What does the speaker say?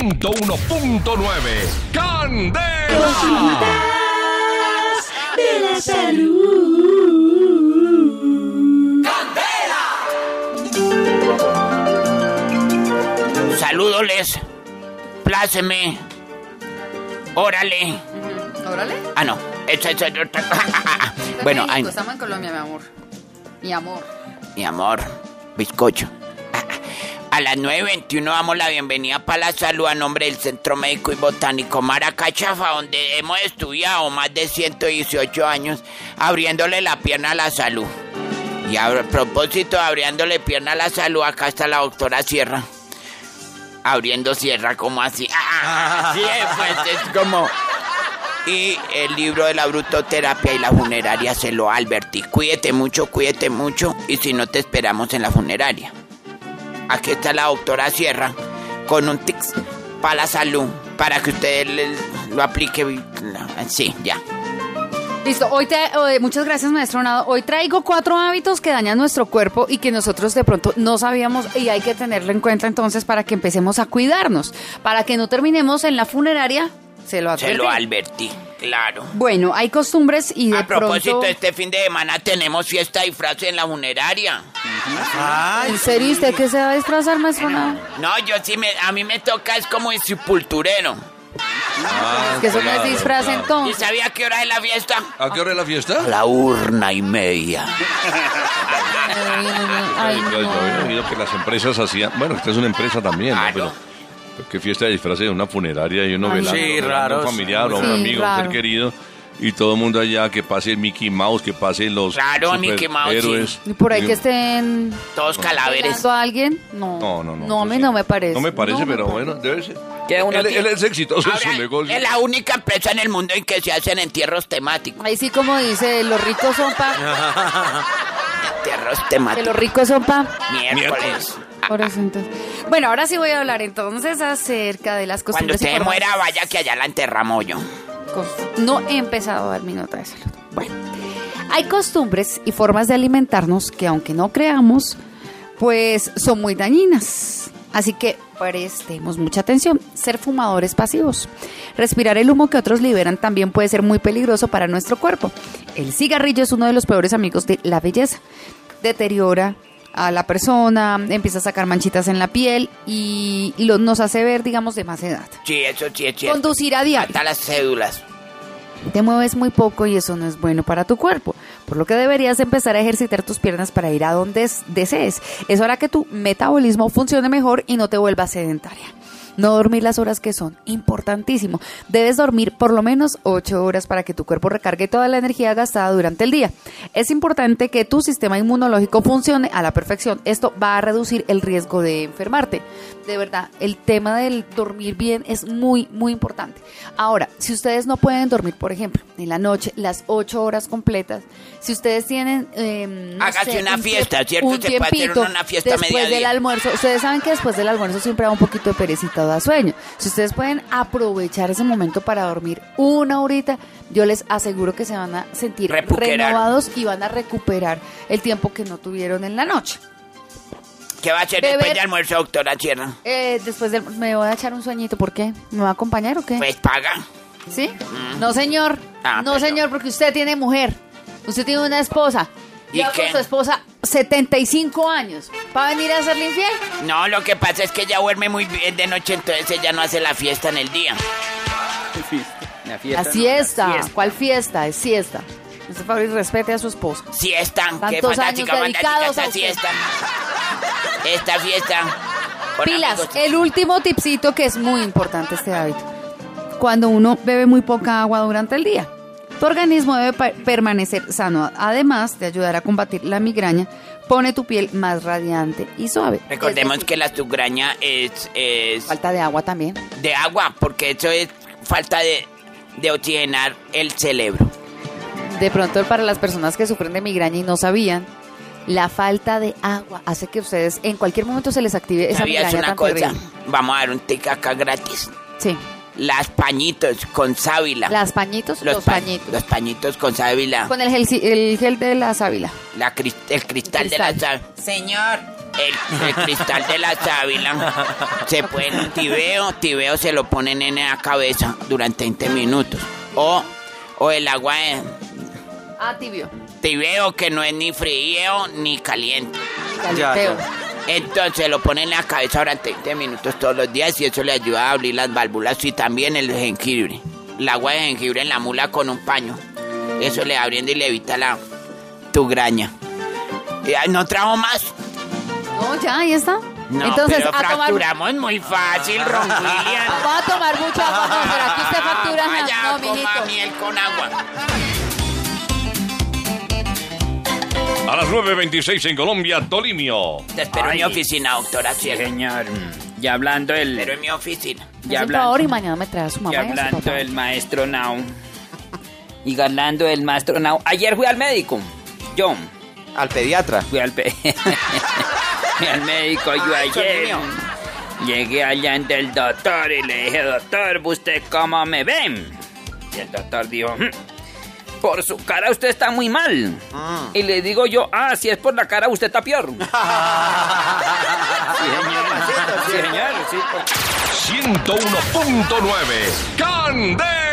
101.9. ¡Candela! Consultas de la salud. Salúdoles. Pláceme. Órale. Órale. Ah, no. Esta- esta- esta- bueno, México, ay, Estamos en Colombia, mi amor. Mi amor. mi amor. Bizcocho. A las 9.21 damos la bienvenida para la salud a nombre del Centro Médico y Botánico Maracachafa, donde hemos estudiado más de 118 años abriéndole la pierna a la salud. Y a propósito, de abriéndole pierna a la salud, acá está la doctora Sierra. Abriendo Sierra, como así. ¡Ah! Así es, pues, es como. Y el libro de la brutoterapia y la funeraria se lo advertí. Cuídete mucho, cuídete mucho. Y si no, te esperamos en la funeraria. Aquí está la doctora Sierra con un tics para la salud, para que usted le- lo aplique. Sí, ya. Listo, hoy te, eh, muchas gracias maestro Nado. Hoy traigo cuatro hábitos que dañan nuestro cuerpo y que nosotros de pronto no sabíamos y hay que tenerlo en cuenta entonces para que empecemos a cuidarnos, para que no terminemos en la funeraria, se lo Se advertí. lo advertí, claro. Bueno, hay costumbres y de A propósito, pronto... este fin de semana tenemos fiesta de disfraz en la funeraria. ¿En serio usted que se va a disfrazar maestro Nado? No, yo sí me, a mí me toca, es como el sepulturero. Es que eso no es disfraz ¿Y entonces. sabía qué hora es la fiesta? ¿A qué hora es la fiesta? la urna y media. Ay, Yo- yo había no. Ah, oído que las empresas hacían. Bueno, esta es una empresa también, ¿no? Claro. Pero. pero ¿Qué fiesta de disfraces? Una funeraria y uno Ay. velando, Sí, velando a raro, un familiar o a un sí, amigo, a un ser raro. querido. Y todo el mundo allá, que pase el Mickey Mouse, que pase los. Claro, Mickey Mouse, sí. superhéroes. Y por ahí que estén... Todos calaveres. ¿Pegando a alguien? No. No, no, no. No, a eso mí sí. no me parece. No me parece, No me pero parece. bueno, debe ser. Que uno Él, tiene- él es exitoso Ahora, en su negocio. es la única empresa en el mundo en que se hacen entierros temáticos. Ahí sí, como dice, los ricos son pa. Entierros Ah. Que los temáticos. ricos son pa. Miércoles. Por eso, entonces. Bueno, ahora sí voy a hablar entonces acerca de las Cuando costumbres. usted y formas- muera, vaya que allá la enterramos yo. Cos- No he empezado a dar mi nota de salud. Bueno, hay costumbres y formas de alimentarnos que, aunque no creamos, pues son muy dañinas. Así que prestemos mucha atención. Ser fumadores pasivos. Respirar el humo que otros liberan también puede ser muy peligroso para nuestro cuerpo. El cigarrillo es uno de los peores amigos de la belleza. Deteriora a la persona, empieza a sacar manchitas en la piel y lo- nos hace ver, digamos, de más edad. Sí, eso sí es cierto. Conducir a diario. Hasta las cédulas. Te mueves muy poco y eso no es bueno para tu cuerpo, por lo que deberías empezar a ejercitar tus piernas para ir a donde es- desees. Eso hará que tu metabolismo funcione mejor y no te vuelvas sedentaria. No dormir las horas que son, importantísimo. Debes dormir por lo menos 8 horas para que tu cuerpo recargue toda la energía gastada durante el día. Es importante que tu sistema inmunológico funcione a la perfección. Esto va a reducir el riesgo de enfermarte. De verdad, el tema del dormir bien es muy, muy importante. Ahora, si ustedes no pueden dormir, por ejemplo, en la noche, las 8 horas completas, si ustedes tienen... eh, no Hágase sé, una un tie- fiesta, ¿cierto? Un Se puede hacer tiempito una fiesta a después del mediodía. almuerzo. Ustedes saben que después del almuerzo siempre da un poquito de perecita o da sueño. Si ustedes pueden aprovechar ese momento para dormir una horita, yo les aseguro que se van a sentir Recuperar. renovados y van a recuperar el tiempo que no tuvieron en la noche. ¿Qué va a hacer Beber- después de almuerzo, doctora Sierra? Eh, después del, me voy a echar un sueñito, ¿por qué? ¿Me va a acompañar o qué? Pues paga. ¿Sí? No, señor. Ah, no, pero- señor, porque usted tiene mujer. Usted tiene una esposa. ¿Y Lleva qué? con su esposa 75 años. ¿Para venir a hacerle infiel? No, lo que pasa es que ella duerme muy bien de noche, entonces ella no hace la fiesta en el día. La La fiesta. no, siesta. la siesta. ¿Cuál fiesta? Es siesta. Usted, Fabriz, respete a su esposa. Siesta, qué Tantos fantástica, años fantástica dedicados a esta usted. fiesta. Esta fiesta. con Pilas, amigos. el último tipcito que es muy importante este hábito. Cuando uno bebe muy poca agua durante el día, tu organismo debe pa- permanecer sano. Además de ayudar a combatir la migraña, pone tu piel más radiante y suave. Recordemos Es decir, que la sugraña es, es Pues, falta de agua también. de agua, porque eso es falta de, de oxigenar el cerebro. De pronto, para las personas que sufren de migraña y no sabían, la falta de agua hace que ustedes en cualquier momento se les active esa ¿Sabías migraña una tan cosa? terrible. Vamos a dar un tic acá gratis. Sí. Las pañitos con sábila. Las pañitos, los, pa- pañitos. Los pañitos con sábila. Con el gel, el gel de la sábila. La cris- el cristal, de la Cristal. sábila. Señor. El, el cristal de la sábila se puede tibeo, tibeo se lo ponen en la cabeza durante 20 minutos. O, o el agua de Ah, tibio. tibeo que no es ni frío ni caliente. Calenteo. Entonces lo ponen en la cabeza durante 20 minutos todos los días y eso le ayuda a abrir las válvulas y también el jengibre. El agua de jengibre en la mula con un paño. Eso le abriendo y le evita la tugraña. Y, ay, ¿No trajo más? No, ya, ahí está. No, Entonces, pero a tomar. fracturamos muy Ah, fácil, Ron William. Vamos a tomar mucha agua, no, pero aquí usted factura. Ah, ja, vaya, no, coma mijito. miel con agua. A las 9.26 en Colombia, Tolimio. Te espero en mi Ay. oficina, doctora. sí, Sí, señor. Y hablando te espero del. en mi oficina. Y Haz el favor y hablando, mañana me trae a su y mamá y a su hablando papá. del maestro Now. Y hablando del maestro Now. Ayer fui al médico. Yo Al pediatra. fui al, pe- fui al médico yo Ay, ayer. Cornelio. Llegué allá ante el doctor y le dije, doctor, ¿usted cómo me ven? Y el doctor dijo, "Mm, por su cara usted está muy mal. Y le digo yo, ah, si es por la cara usted está peor. Sí, señor. Sí, señor, sí, por- 101.9. ¡Candela!